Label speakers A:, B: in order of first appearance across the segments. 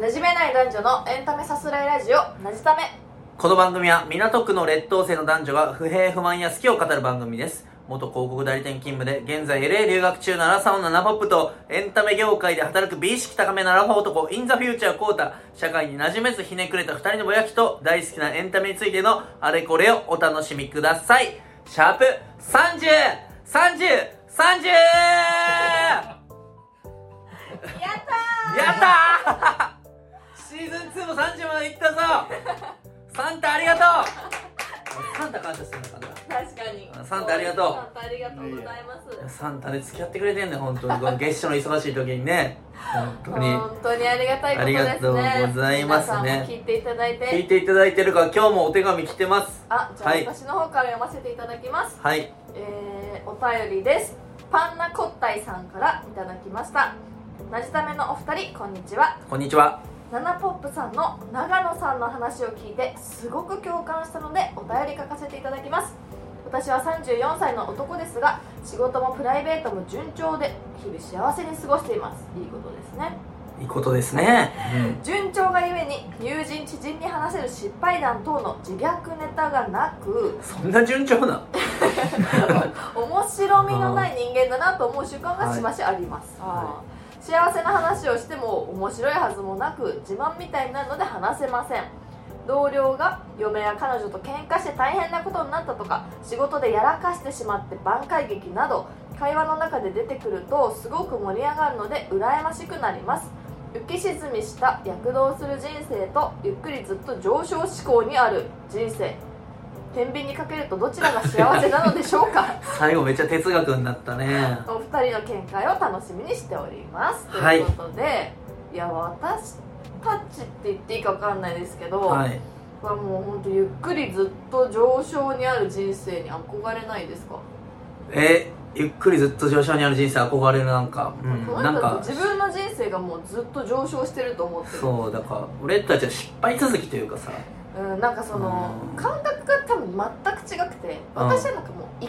A: 馴染めない男女のエンタメさすらいラジオなじため
B: この番組は港区の劣等生の男女が不平不満や好きを語る番組です元広告代理店勤務で現在 LA 留学中のアラサーのナポップとエンタメ業界で働く美意識高めのアラフォー男インザフューチャーコータ社会に馴染めずひねくれた2人のぼやきと大好きなエンタメについてのあれこれをお楽しみくださいシャープ3030 30!
A: やった
B: やったーシーズン2も30までいったぞサンタありがとうサンタ感謝してるのかな
A: ー確かに
B: サンタありがとう
A: サンタありがとうございます
B: サンタで付き合ってくれてんね本当にこの月初の忙しい時にね本当に
A: 本当にありがたいことですね
B: ありがとうございま
A: 皆
B: すね
A: さんも聞いていただい
B: 聞
A: て
B: いていただいてるから今日もお手紙来てます
A: あじゃあ
B: はい
A: 私の方から読ませていただきます、
B: はい
A: えー、お便りですパンナコッタイさんからいただきましたなじためのお二人こんにちは
B: こんにちは
A: ナナポップさんの長野さんの話を聞いてすごく共感したのでお便り書かせていただきます私は34歳の男ですが仕事もプライベートも順調で日々幸せに過ごしていますいいことですね
B: いいことですね、
A: 順調がゆえに友人知人に話せる失敗談等の自虐ネタがなく
B: うん、そんな順調な
A: 面白みのない人間だなと思う習慣がしばしあります、
B: は
A: 幸せな話をしても面白いはずもなく自慢みたいになるので話せません同僚が嫁や彼女と喧嘩して大変なことになったとか仕事でやらかしてしまって挽回劇など会話の中で出てくるとすごく盛り上がるので羨ましくなります浮き沈みした躍動する人生とゆっくりずっと上昇志向にある人生天秤にかけるとどちらが幸せなのでしょうか
B: 最後めっちゃ哲学になったね
A: お二人の見解を楽しみにしております、
B: はい
A: ということでいや私たちって言っていいか分かんないですけど、
B: はい
A: はもう本当ゆっくりずっと上昇にある人生に憧れないですか、
B: えゆっくりずっと上昇にある人生憧れるなんかうん
A: この
B: な
A: 人
B: んか
A: 自分の人生がもうずっと上昇してると思ってる
B: そうだから俺たちは失敗続きというかさ
A: うん、なんかその
B: うん
A: 感覚が多分全く違くて私はなんかもうい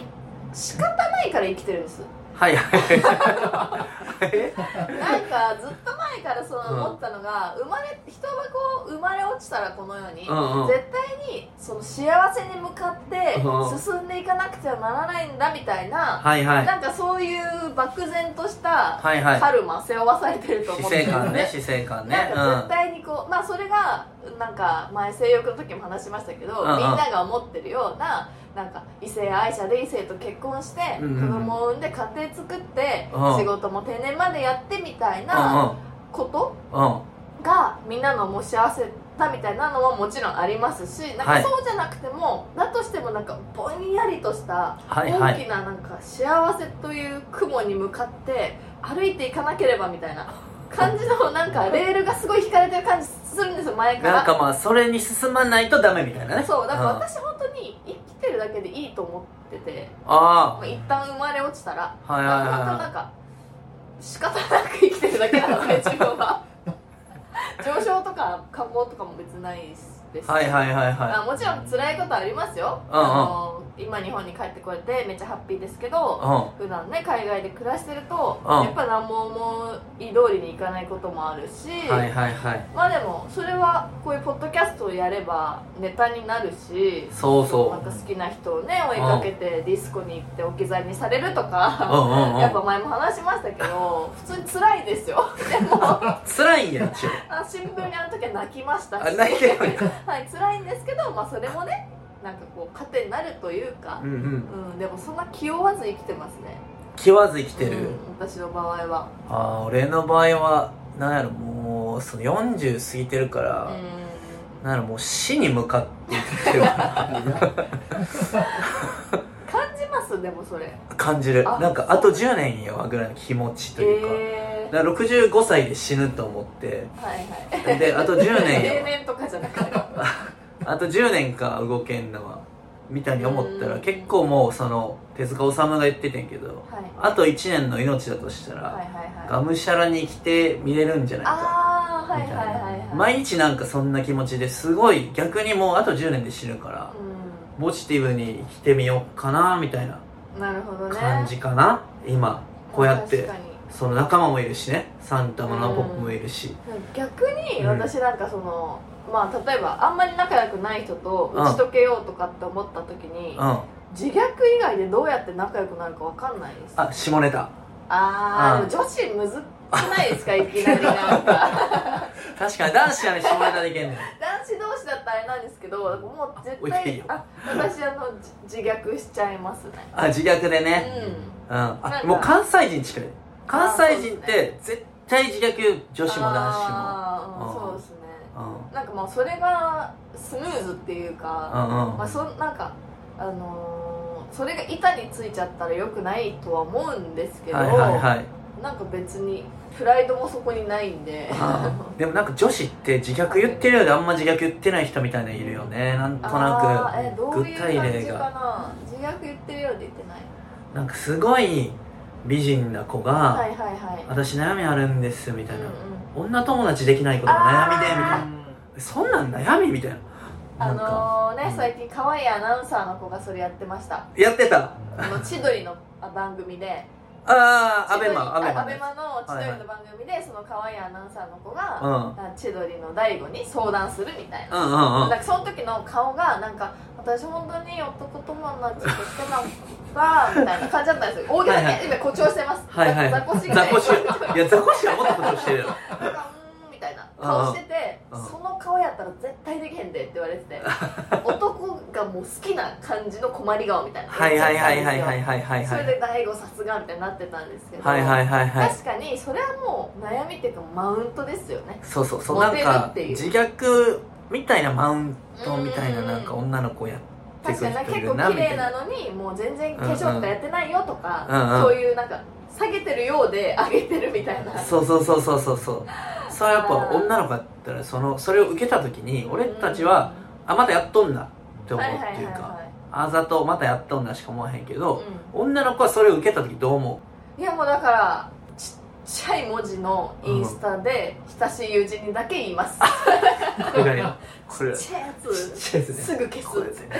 A: 仕方ないから生きてるんです
B: はいはい
A: なんかずっと前からその
B: うん
A: 思ったのが、生まれ人はこう生まれ落ちたらこのように、
B: うんうん
A: 絶対にその幸せに向かって
B: うん
A: 進んでいかなくてはならないんだみたいな、
B: はいはい
A: なんかそういう漠然とした
B: はいはい
A: カルマ背負わされてると思
B: 死
A: って
B: 生
A: る
B: 観ね死生観ね
A: なんか絶対にこう、まあそれがなんか前性欲の時も話しましたけど、
B: うんう
A: み
B: ん
A: んなが思ってるようななんか異性愛者で異性と結婚して、
B: うん
A: 子供を産んで家庭作って、
B: うん
A: 仕事も定年までやってみたいな
B: う
A: こと
B: んうんうん
A: がみんなのもう幸せだみたいなのはもちろんありますしなん
B: は
A: か
B: い
A: そうじゃなくても、だとしてもなんかぼんやりとした
B: はいは
A: 大
B: い
A: きななんか幸せという雲に向かって歩いていかなければみたいな感じのなんかレールがすごい引かれてる感じするんですよ前から
B: なんかまあそれに進まないとダメみたいなね
A: そうだから
B: んあ
A: 私本当に生きてるだけでいいと思ってて、まあ、一旦生まれ落ちたら
B: あはいはい
A: 本当
B: は
A: なんか仕方なく生きてるだけなので自分は上昇とか下降とかも別にないです
B: いはいはいはい
A: あ
B: は
A: もちろん辛いことありますよ、
B: うんうん
A: あの今日本に帰ってこれてめっちゃハッピーですけど、
B: い
A: 普段ね海外で暮らしてると、
B: う
A: や
B: ん
A: っぱ何も思い通りにいかないこともあるし、
B: うんはいはいはい
A: まあでもそれはこういうポッドキャストをやればネタになるし
B: そうそ
A: なん
B: う
A: か好きな人をね追いかけてディスコに行って置き去りにされると
B: う
A: か、
B: んうんう
A: やっ
B: ん
A: ぱ前も話しましたけ ど普通に辛いですよでも
B: 辛いんや一応
A: あ新聞にあの時は泣きました
B: あ
A: し
B: 泣いてる んや
A: はい辛いんですけど、まあ、それもねなんかこう糧になるというか
B: う、んうん
A: うん、でもそんな気負わず生きてますね
B: 気わず生きてる
A: うん、私の場合は
B: ああ俺の場合はなんやろもうその40過ぎてるから
A: うん
B: なんやろもう死に向かって生きてる
A: 感じますでもそれ
B: 感じる
A: あ
B: なんかあと10年よぐらいの気持ちというか
A: えー、
B: だから65歳で死ぬと思って
A: はいはい
B: であと10年
A: 定
B: よ
A: 年とかじゃなく て
B: あと10年か動けんのはみたいに思った
A: う
B: ら
A: ん
B: 結構もうその手塚治虫が言っててんけど
A: はい
B: あと1年の命だとしたら、
A: はいはいはい
B: がむしゃらに生きて見れるんじゃないか
A: ああ
B: み
A: はい
B: た
A: はいい
B: な、
A: はいはい
B: 毎日なんかそんな気持ちですごい逆にもうあと10年で死ぬから、
A: う
B: ポジティブに生きてみようかなみたいなん
A: なるほどね
B: 感じかな、今こうやって
A: 確かに
B: その仲間もいるしねサンタもナポップもいるし、
A: 逆に
B: うん
A: 私なんかその、まあ例えばあんまり仲良くない人と打ち解けようとかって思った時に、
B: うん
A: 自虐以外でどうやって仲良くなるかわかんないですあ
B: あ下ネタ
A: あ
B: う
A: ー
B: ん
A: でも女子むずくないですかいきなりなんか
B: 確かに男子はね下ネタでいけんねん
A: 男子同士だったらあれなんですけどもう
B: お
A: 絶
B: いいい
A: 対
B: よ
A: あ私あのじ自虐しちゃいますね
B: あ自虐で
A: う
B: ね
A: ん
B: うんあ
A: なんか
B: もう関西人近い関西人っ
A: あそう
B: て絶対自虐言う女子も男
A: あー
B: うん
A: うんそうですね
B: 子も
A: なんかまあそれがスムーズっていうか
B: うんうんうん
A: まあ、そんなんか、あのーそれが板についちゃったらよくないとは思うんですけど、
B: はいは いはい
A: なんか別にプライドもそこにないんで
B: あ ーでもなんか女子って自虐言ってるようであんま自虐言ってない人みたいなのいるよねなんと
A: あーえ
B: な
A: ど
B: く
A: う
B: 具
A: いう
B: 体
A: 感
B: 例
A: じか
B: が
A: な自虐言ってるようで言ってない
B: なんかすごい美人な子
A: はいはいは
B: が
A: い
B: 「私悩みあるんです」みたいな
A: うんうん
B: 「女友達できないことが悩みで」みたい
A: あ
B: な「そんなん悩み?」みたいな
A: あ
B: なんか
A: のー
B: うん
A: ね最近可愛いアナウンサーの子がそれやってま した
B: やってた
A: あの千鳥の番組で
B: ああア
A: 千
B: ベ
A: 鳥
B: マアベ
A: あ
B: マ
A: アベ
B: ね
A: マの千鳥の番組でその可愛いアナウンサーの子が、
B: うん
A: あ千鳥の大悟に相談するみたいな
B: うんうんうん
A: なんかその時の顔がなんか私本当に男友達としてなんかみたいな感じだったんですよ大げさ
B: はいは
A: に今誇張してます
B: はいはい
A: ザコシ
B: ザコシ
A: なんか
B: いやザコシはもっと誇張してるよ
A: うーんみたいな顔してて
B: うんうん
A: その顔やったら絶対できへんでって言われて て男がもう好きな感じの困り顔みたいな
B: はいはいはいはいはいはいはい
A: そ
B: は
A: れ
B: い
A: で大悟さすがみたいになってたんですけど
B: はいはいはいはい
A: 確かにそれはもう悩みっていうかマウントですよね
B: そうそうそうな
A: モ
B: ん
A: テる
B: か
A: っていう
B: 自虐みたいなマウントみたいな
A: うん
B: なんか女の子やって
A: 確
B: く
A: か
B: る
A: になんか
B: 人い
A: 結
B: る
A: 構
B: なみ
A: 綺
B: たい
A: 麗
B: な
A: なのにもう全然化粧とかやってないよとか、
B: うんうん
A: そういうなんか下げてるようで上げてるみたいな
B: そうそうそうそうそうそうそれはやっぱ
A: あー
B: 女の子だったらそのそれを受けた時に俺たちはあまたやっとんなって
A: うん
B: 思う
A: は
B: っ
A: いはい
B: て
A: はいいう
B: か
A: は
B: あざとまたやっとんなしか思わへんけど
A: い、
B: 女の子はそれを受けた時どう思
A: うんいやもうだからちっちゃい文字のインスタで親しい友人にだけ言います、
B: うこれがねこれち
A: ちっち
B: っ
A: ゃいやつ
B: ちゃいです
A: す
B: ね
A: ぐ消
B: これですすね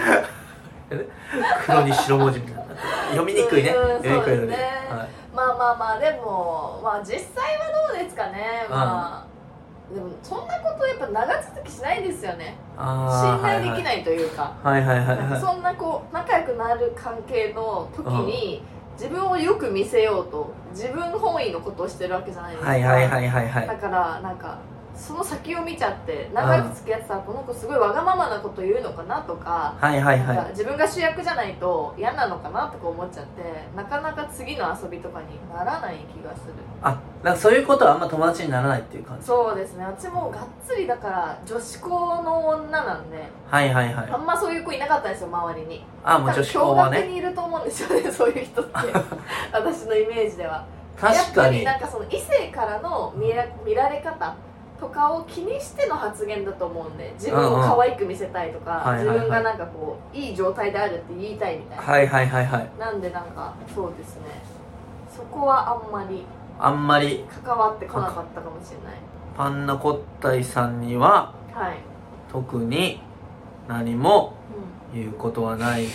B: 黒に白文字みたいになって読みにくいね
A: うん
B: 読みにくい
A: そ
B: の
A: う
B: で
A: ですね
B: はい
A: まあまあまあでもまあ実際はどうですかねまあ、でもそんなことやっぱ長続きしないですよね
B: あ
A: 信
B: ー
A: 頼できないというか、
B: はいはいはいはいはい
A: そんなこう仲良くなる関係の時に自分をよく見せようと自分本位のことをしてるわけじゃないですか、
B: はいはいはいはいはい
A: だからなんかその先を見ちゃって仲良く付き合ってたらこの子すごいわがままなこと言うのかなとか,、
B: はいはい
A: なんか
B: は
A: 自分が主役じゃないと嫌なのかなとか思っちゃってなかなか次の遊びとかにならない気がする
B: あなんかそういうことはあんま友達にならないっていう感じ
A: そうですね私もがっつりだから女子校の女なんで
B: はいはいはい
A: あんまそういう子いなかったんですよ周りに
B: あもう女子校
A: 多
B: は
A: 分驚愕
B: ね
A: にいると思うんですよねそういう人って 私のイメージでは
B: 確かに
A: やっぱりなんかその異性からの見ら見られ方とかを気にしての発言だと思うんで自分を可愛く見せたいとか、
B: うんうんはいはいはい
A: 自分がなんかこういい状態であるって言いたいみたいな、
B: はいはいはいはい
A: なんでなんかそうですねそこはあんまり
B: あんまり
A: 関わってこなかったかもしれな
B: パンナコッタイさんにはい
A: はい、
B: 特に何も
A: う
B: 言うことはない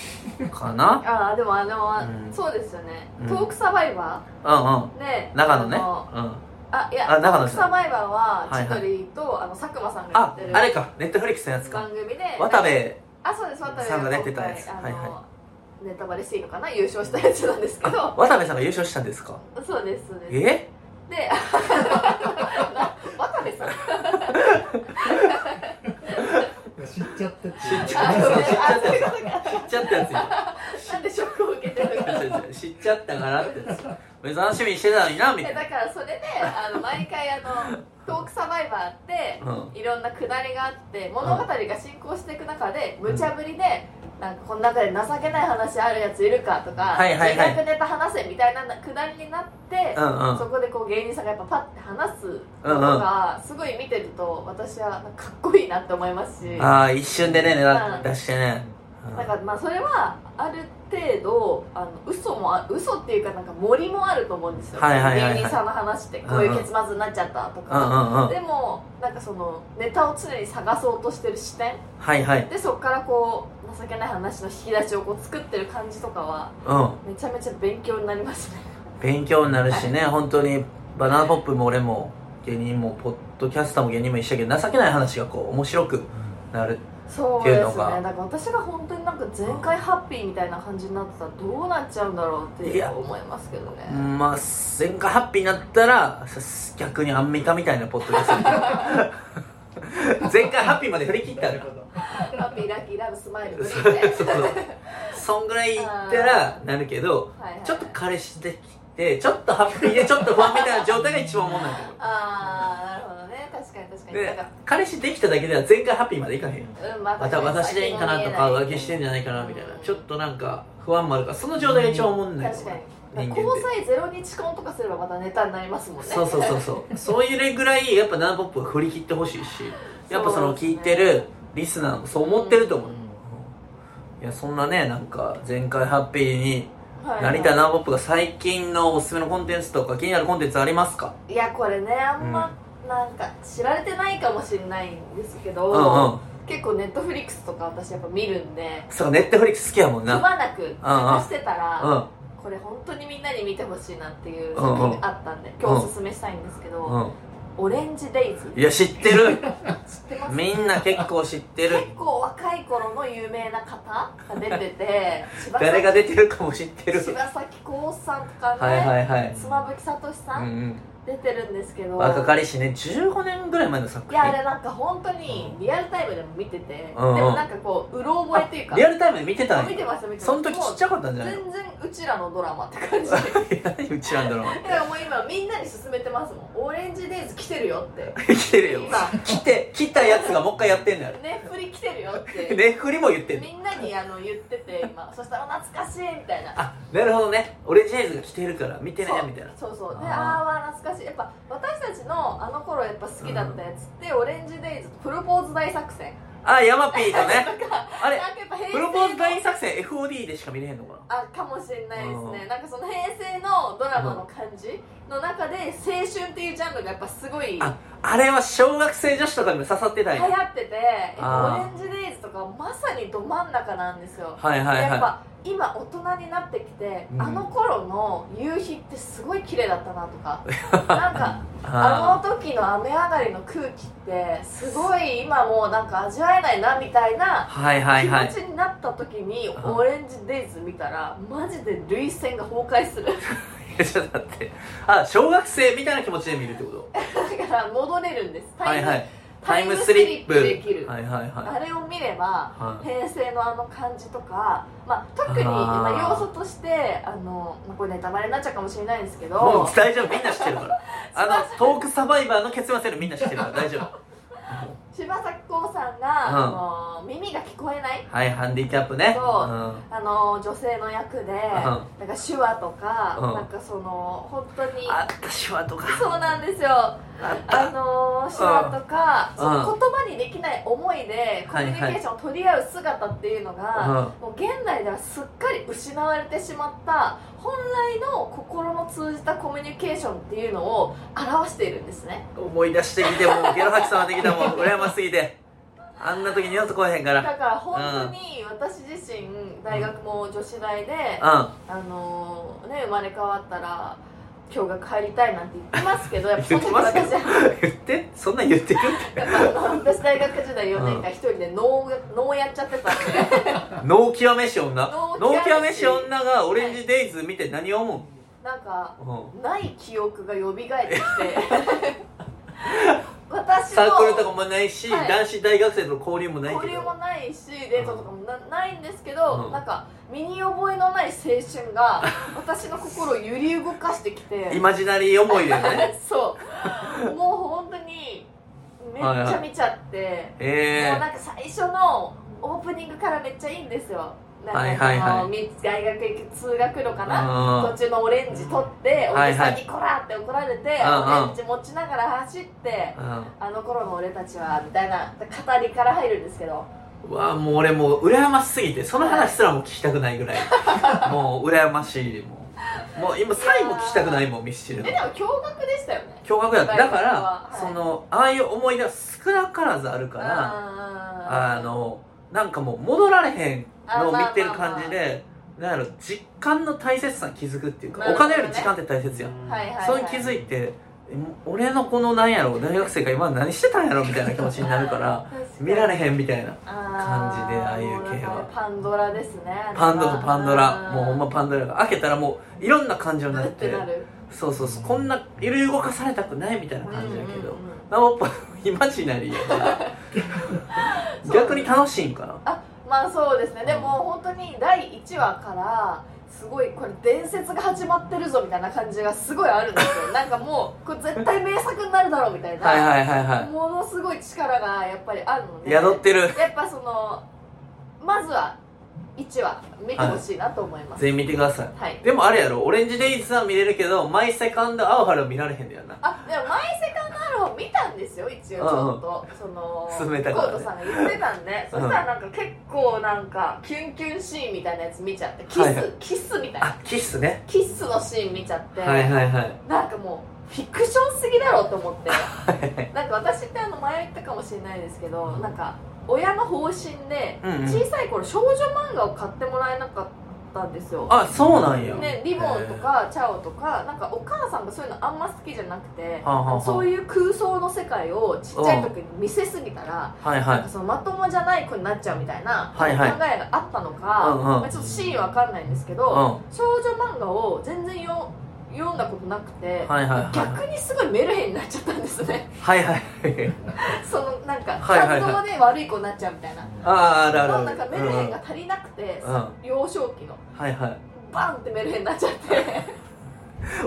B: かな
A: ん、ああでもあの、
B: うん
A: そうですよね、
B: うん
A: トークサバイバ
B: うんうん
A: ーで
B: 長野ね
A: あの
B: うん
A: あいや
B: あ長野さん
A: サバイバーは
B: はい
A: 千
B: はい
A: 鳥と、あの佐久間さんがや
B: あ
A: ってる
B: あれかネットフリックスのやつ
A: 番
B: か
A: 組で
B: 渡部
A: あそうです渡部
B: さんが出てたやつ
A: 今
B: は
A: 回
B: い
A: あの
B: は
A: ネタバレしていいのかな優勝したやつなんですけど
B: 渡部さんが優勝したんですか
A: そうですそうです
B: え
A: で渡部さん
C: 知っちゃって知っ
B: ち
A: あ ごめんあそういうこと
B: 知っちゃったやつ今
A: かなんでショックを受けてるのか
B: 知っちゃったからって別に楽しみにしてたのになみた
A: え
B: いな
A: だからそれであの毎回あのトークサバイバーって
B: うん
A: いろんなくだりがあって物語が進行していく中で無茶ぶりでなんかこの中で情けない話あるやついるかとか
B: はいはいはい
A: 自虐ネタ話せみたいなくだりになって
B: う、んうん
A: そこでこう芸人さんがやっぱパッて話すのとか、すごい見てると私はなんかかっこいいなって思いますしなん
B: ああ一瞬でね狙
A: うん
B: 出してねうん
A: かまあそれはある程度あの嘘もあ嘘っていうかなんか森もあると思うんですよ、
B: はいはいはいはい
A: 芸人さんの話ってこういう結末になっちゃったと
B: うん
A: か、
B: うんうん
A: でもなんかそのネタを常に探そうとしてる視点
B: はいはい
A: でそこからこう情けない話の引き出しをこう作ってる感じとかは
B: うん
A: めちゃめちゃ勉強になりますね
B: 勉強になるしね本当にバナナポップも俺も芸人もポッドキャスターも芸人も一緒やけど情けない話がこう面白くなる
A: そう
B: ってい
A: で
B: う
A: す
B: の
A: ねだ
B: が
A: から私が本当になんか全開ハッピーみたいな感じになってたらどうなっちゃうんだろうっていうのは思いますけどね
B: まあ前回ハッピーになったらさ逆にアンミカみたいなポッドキャスト前回ハッピーまで振り切ったら
A: ハッピーラッキーラブスマイルグリーンで
B: そうそうそんぐらいいったらなるけど
A: はいはい
B: ちょっと彼氏できてちょっとハッピーでちょっと不安みたいな状態が一番おもんないと思う
A: ああなるほどね確かに確かにだ
B: で
A: か
B: 彼氏できただけでは前回ハッピーまでいかへんよ
A: ら、うん、ま
B: また私でいいんかなとか浮気してんじ
A: ゃ
B: ゃないかなみたいなちょっとなんか不安もあるからその状態が一番おもんない
A: 確かに
B: 人間って
A: 交際ゼロ日婚とかすればまたネタになりますもんね
B: そうそうそうそうそういうぐらいやっぱナナポップは振り切ってほしいしやっぱその
A: そうですね
B: 聞いてるリスナーもそう思ってると思う、いやそんなねなんか前回ハッピーに
A: はい
B: 成田ナナポップが最近のおすすめのコンテンツとか気になるコンテンツありますか
A: いやこれねあんまなんか知られてないかもしれないんですけど、
B: うんうん
A: 結構ネットフリックスとか私やっぱ見るんで
B: そうネットフリックス好きやもん
A: く
B: な
A: まなく探してたら、
B: う
A: これ本当にみんなに見てほしいなっていう
B: うんうん
A: 作品があったんで、今日おすすめしたいんですけど「
B: んうん
A: オレンジデイズ」
B: いや知ってる
A: 知ってます
B: みんな結構知ってる
A: 結構若い頃の有名な方が出てて柴
B: 誰が出てるかも知ってる
A: 柴咲コウさんとかね、
B: はいはいはい
A: 妻夫木聡さ、
B: うんん
A: 出てるんですけ
B: う
A: ど
B: ん若かりしね15年ぐらい前の作
A: い
B: 品
A: やあれなんか本当にリアルタイムでも見てて、
B: うんうん
A: でもなんかこううろ覚えっていうか
B: リアルタイムで見てたんや
A: 見てました見てました
B: その時ちっちゃかったんじゃないの
A: 全然うちらのドラマって感じ だか
B: いや何うちなんだろう
A: らもう今みんなに勧めてますもん「オレンジデイズ 来てるよ」って
B: 来てるよ
A: 今
B: 来て来たやつがもう一回やってんのよ
A: ね振り来てるよって
B: ね振りも言ってんの
A: みんなにあの言ってて今そしたら「懐かしい」みたいな
B: あなるほどねオレンジエイズが来てるから見てねみたいな
A: そうそうそうで
B: あー
A: ああー懐かしいやっぱ私たちのあの頃やっぱ好きだったやつって、オレンジデイズとプロポーズ大作戦
B: あヤマピー とね
A: とか
B: あれ
A: なんかやっぱ平成
B: プ
A: の
B: ロポーズ大作戦 FOD でしか見れへんのかな
A: あかもしれないですね、
B: うん
A: なんかその平成のドラマの感じの中で青春っていうジャンルがやっぱすごい流行
B: ああれは小学生女子とかにも刺さってたんやはい
A: っててやっぱオ
B: あ
A: レンジデイズとかまさにど真ん中なんですよ、
B: はい
A: やっ
B: は
A: ぱ今大人になってきて、
B: うん
A: あの頃の夕日ってすごい綺麗だったなとか なんか
B: い
A: あ
B: あ
A: の時の雨上がりの空気ってすごい今もうなんか味わえないなみたい
B: ー
A: な
B: はいはいはい
A: 気持ちになった時に
B: ん
A: オレンジデイズ見たらマジで涙腺が崩壊する
B: いやちょっと待ってあ小学生みたいな気持ちで見るってこと
A: だから戻れるんですタ
B: は
A: イ
B: い
A: ム,、
B: はい
A: タイムスリップできる、
B: はいはい
A: あ
B: は
A: れを見れば
B: いはい
A: 平成のあの感じとか、まあ、特に
B: あー
A: まあ要素としてあの、まあ、これネタバレになっちゃうかもしれないんですけ
B: も
A: ど
B: う大丈夫みんな 知ってるからあのトークサバイバーの結末よりみんな知ってるから大丈 夫
A: 柴咲コウさん
B: うん
A: が、あの耳が聞こえない
B: はいハンディキャップね
A: そう
B: う
A: あの女性の役で、なんか手話とか、
B: うん
A: なんかその本当に
B: ん、あった手話とか
A: そうなんですよ
B: あっ
A: あ
B: た
A: の手話とか、
B: ん
A: その言葉にできない思いでコミュニケーションを取り合う姿っていうのが、もう現代ではすっかり失われてしまった本来の心の通じたコミュニケーションっていうのを表しているんですね
B: うん、思い出してきてもうゲロ吐きそうになってきた もん羨ましすぎてあんな時二度と来えへんか
A: だ
B: ら
A: から本当に私自身大学も女子大で、
B: う
A: あのね、生まれ変わったら共学入りたいなんて言ってます けどやっぱその時
B: 言って
A: 私
B: ますん言ってそんなん言って るって
A: やっぱあの私大学時代4年間一人で能能やっちゃってたん で
B: 脳極めし女
A: 脳
B: 脳
A: 極
B: 極
A: め
B: め
A: し
B: し女がオレンジデイズ見て何を思
A: なんか
B: う、うん
A: ない記憶が蘇ってき て私
B: サークルと
A: の
B: かもないし、
A: はい
B: 男子大学生との交流もないけ
A: 交
B: ど
A: 流もないしデートとかもなないんですけど、
B: うん
A: なんか身に覚えのない青春 が私の心を揺り動かしてきて
B: イマジナリー思 いだよね
A: そうもう本当にめっちゃ見ちゃって。
B: え
A: も
B: え
A: うなんか最初のオープニングからめっちゃいいんですよなんか
B: はいはいはい
A: あのみ大学行く通学路かな
B: あ
A: 途中のオレンジ取ってお
B: はいはい
A: じさんに「こら!」って怒られて、
B: うんうん
A: オレンジ持ちながら走って
B: ーうん
A: 「あの頃の俺たちは」みたいな語りから入るんですけど
B: うわあもう俺もう羨ましすぎてその話すらも聞きたくない ぐらいもう羨ましいもうもう今最後聞きたくないもんミスチ
A: え
B: ル
A: で
B: の
A: も驚愕でしたよね
B: 驚愕だっただから、
A: はい
B: そのああいう思い出は少なからずあるから
A: あ
B: あのなんかもう戻られへんのを見てる感じでなんやろ実感の大切さに気づくっていうか、
A: なる
B: お
A: ほどね
B: 金より時間って大切やん、
A: はいはい、はい、
B: それに気づいてえもう俺のこのなんやろ大学生が今何してたんやろみたいな気持ちになるから 見られへんみたいな感じでああいう系は
A: はパンドラですね
B: パンドラパンドラもうほんま
A: ン
B: パンドラが開けたらもういろんな感情
A: ド
B: にな
A: ラ
B: っ
A: って
B: て
A: なる
B: そうそうそうこんな揺れ動かされたくないみたいな感じだけど、
A: うんうんうん
B: なおっぱイマジナリーやから 逆に楽しいんかな
A: まあそうですねでも本当に第1話からすごいこれ伝説が始まってるぞみたいな感じがすごいあるんです よなんかもうこれ絶対名作になるだろうみたいな、
B: はいはいはいは
A: ものすごい力がやっぱりあるの
B: い
A: で
B: 宿ってる
A: やっぱそのまずは1話見てほしいなと思います
B: 全員見てください
A: はい、
B: でもあれやろオレンジデイズは見れるけどマイセカンドアオハルは見られへんだよな
A: あでもマイセカンドアロー見たんですよ一応ちょっと、その
B: 勧めたからね
A: コートさんが言ってたんで、そしたらなんか結構なんかキュンキュンシーンみたいなやつ見ちゃってキス、
B: はいはい
A: キスみたいな
B: あキッスね
A: キスのシーン見ちゃって、
B: はいはいはい
A: なんかもうフィクションすぎだろうと思って
B: はい
A: なんか私ってあの前言ったかもしれないですけどなんか親の方針で
B: うんうん
A: 小さい頃少女漫画を買ってもらえなかったんですよ、
B: あそうなんや、
A: ね、リボンとかチャオとかなんかお母さんがそういうのあんま好きじゃなくて
B: はあはあはあ
A: そういう空想の世界をちっちゃい時に見せすぎたら
B: はいは
A: なん
B: い
A: かそのまともじゃない子になっちゃうみたいな考
B: は
A: え
B: いはい
A: があったのか、
B: うんうん
A: まあ、ちょっとシーンわかんないんですけ
B: うん
A: ど、
B: は
A: 少女漫画を全然よ読んだことなくて
B: い、はいはい
A: 逆にすごいメルヘンになっちゃったんですね
B: はいはい
A: そのなんか
B: はいはいはい
A: 感動で悪い子になっちゃうみたいな、
B: あああるあるあ
A: もう
B: る
A: なんかメルヘンが足りなくて、
B: うんうん
A: 幼少期の
B: はいはい
A: バンってメルヘンになっちゃって。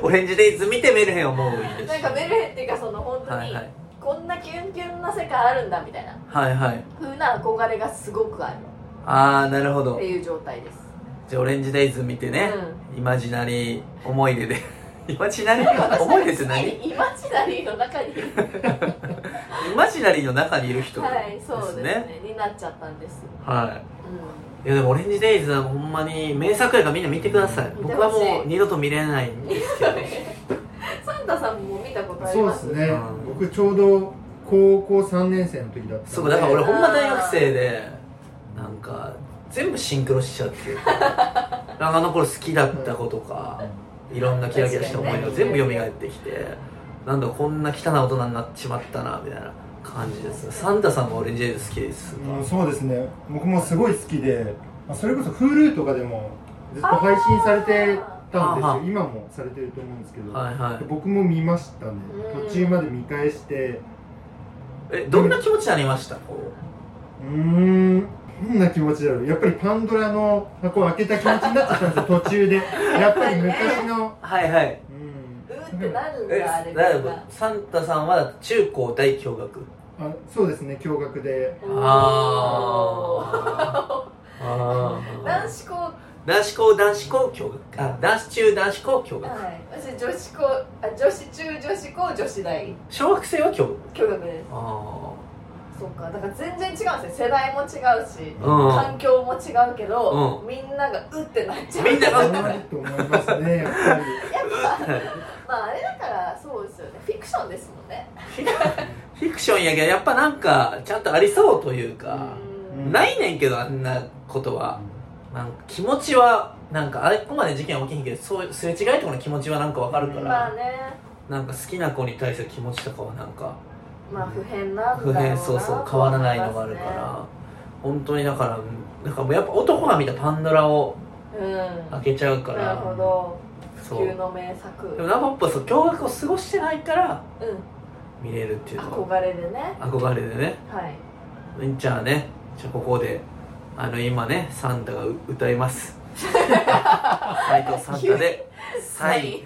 B: オレンジデイズ見てメルヘンをもういいです
A: なんかメルヘンっていうかその本当
B: はい
A: に
B: はい
A: こんなキュンキュンな世界あるんだみたいな
B: はいはい
A: 風な憧れがすごくある
B: ああなるほ
A: っ
B: ど
A: ていう状態です
B: じゃあオレンジデイズ見てね、イマジナリー思い出で イマジナリー思い出って何イ
A: イマジナリーの中 に
B: マジナリーの中にいる人ですね
A: はいそうですねになっちゃったんです
B: は
A: う
B: いいやでもオレンジデイズはほんまに名作映画みんな見てください
A: 見てほしい
B: 僕はもう二度と見れないんですけど
A: んサンタさんも見たことあり
C: そう
A: ま
C: ですすね
B: うん
C: 僕ちょうど高校3年生の時だったんで
B: そうだから俺ほんま大学生でなんか全部シンクロしちゃう っていうかなんかあの頃好きだった子とかいろんなキラキラした思いが全部蘇ってきてなんだこんな汚い大人になっちまったなみたいな感じですサンタさんもオレンジデイズ好きですか
C: うんそうですね僕もすごい好きでまあそれこそ Hulu とかでもずっと配信されてたんです
B: あ
C: よ
B: ー
C: 今もされてると思うんですけど、
B: はいはい
C: 僕も見ましたね
A: うん
C: 途中まで見返して
B: えどんな気持ちになりましたこ
C: うーんどんな気持ちだろうやっぱりパンドラの箱を開けた気持ちになっちゃったんですよ途中でやっぱり昔の
B: うはいはいう
A: うんーってなるん
B: え
A: だあれ
B: なるほど
A: が
B: サンタさんは中高大驚愕
C: あそうですね驚愕で
A: おー
B: あーあー
A: 男子校は
B: 男子校男子校驚愕あ男子中男子校驚愕
A: い私女子校あ女子中女子校女子大
B: 小学生は驚愕
A: 共学です
B: あ
A: そうかだから全然違うんですよ世代も違うし、
B: うん
A: 環境も違うけど、みんながうってなっちゃう
B: みんなが
C: うまいと思いますねやっぱり
A: まああれだからそうですよねフィクションですもんね
B: フィクションやけどやっぱなんかちゃんとありそうというか、
A: う
C: うん
B: ないねんけどあんなことは、なんか気持ちはなんかあれこまで事件は起きへんけどそういうすれ違いとかの気持ちはなんかわかるか
A: ん
B: ら、
A: まあね
B: なんか好きな子に対する気持ちとかはなんか
A: まあ不変なんだろ
B: 普
A: うな
B: 遍そうそう変わらないのがあるから、本当にだからなんかもうやっぱ男が見たパンドラを
A: うん
B: 開けちゃうか
A: なる
B: ら
A: ほど
B: そう
A: 地球
B: で
A: の名作
B: もナポップはそう驚愕を過ごしてないから
A: うん
B: 見れるっていうの
A: 憧れでね
B: が憧れでね
A: はい
B: うんちゃんはねじゃあここであの今ねサンタがう歌います 斉藤サンタで「サイン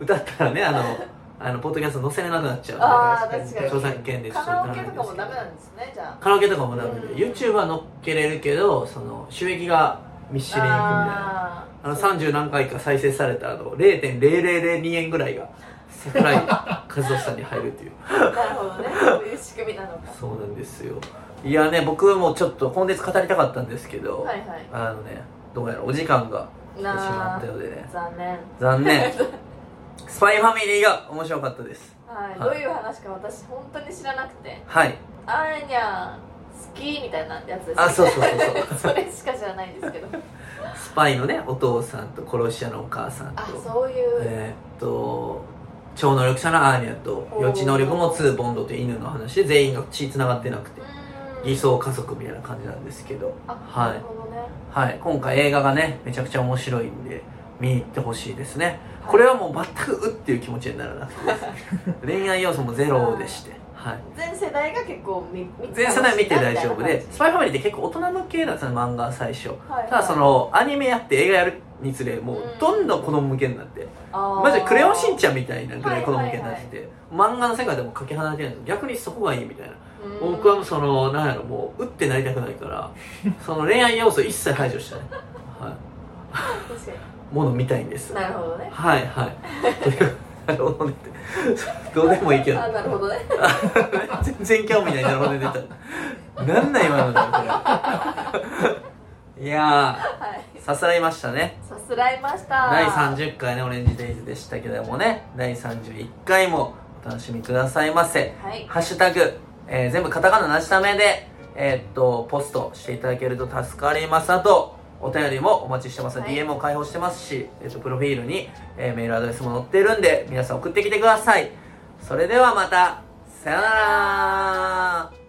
B: 歌ったらねあのあのポッドキャスト載せれなくなっちゃうん で
A: あー確かに
B: 著作権でちょっ
A: カ
B: とダ
A: ラ
B: メ
A: オケ
B: です
A: とかもダメなんですねじゃあ
B: カラオケとかもダメで、
A: うん
B: YouTube は乗っけれるけどその収益が密集にいくみたいな
A: あ
B: あの30何回か再生されたあの0.0002円ぐらいが桜井和寿さんに入るっていう
A: ーなるほどねそういう仕組みなのか
B: そうなんですよいやね僕はもうちょっと今月語りたかったんですけ
A: は
B: ど、
A: いはい
B: あのねどうやらお時間が来てしま
A: な
B: った
A: あ
B: ようでね
A: 残念
B: 残念スパイファミリーが面白かったです
A: はい、
B: はい
A: どういう話か私本当に知らなくて
B: はい
A: アーニャきみたいなやつです
B: あそうそうそうそう
A: それしか知らないんですけ ど
B: スパイのねお父さんと殺し屋のお母さんと
A: あそういう
B: えーっと超能力者のアーニャと予知能力を持つボンドという犬の話で全員が血つながってなくて
A: うーん
B: 偽装家族みたいな感じなんですけど
A: あ
B: はい
A: なるほどね
B: はい今回映画がねめちゃくちゃ面白いんで見に行ってほしいですねこれはもう全くうっていう気持ちにならなくてです恋愛要素もゼロでしてはい
A: 全世代が結構見見て
B: 全世代見て大丈夫
A: 楽
B: で
A: しい
B: スパイファミリーって結構大人向けなんですよね漫画は最初
A: なみたいな感じはいはい
B: ただそのアニメやって映画やるにつれもう
A: うん
B: どんどん子供向けになって
A: あー
B: マジでクレヨンしんちゃんみたいなぐらい子供向けになってて漫画の世界でもかけ離れてるんです逆にそこがいいみたいな
A: うん
B: 僕はそのなんやろもう打ってなりたくないからその恋愛要素一切排除したねは
A: 確か
B: いもの見たいんです
A: になるほどね
B: はいはいという なるほどねってどうでもいいけど
A: あなるほどね
B: 全然興味ないなるほどね出たなんだ今のだこれいや
A: はい
B: ーさすらいましたね
A: さすらいました
B: 第30回ねオレンジデイズでしたけどもね第31回もお楽しみくださいませ
A: はい
B: ハッシュタグ、えー全部カタカナなしためで、えーっと、ポストしていただけると助かります。あと、お便りもお待ちしてます。
A: はい
B: DM を開放してますし、えーっと、プロフィールに、えーメールアドレスも載ってるんで、皆さん送ってきてください。それではまた、さよなら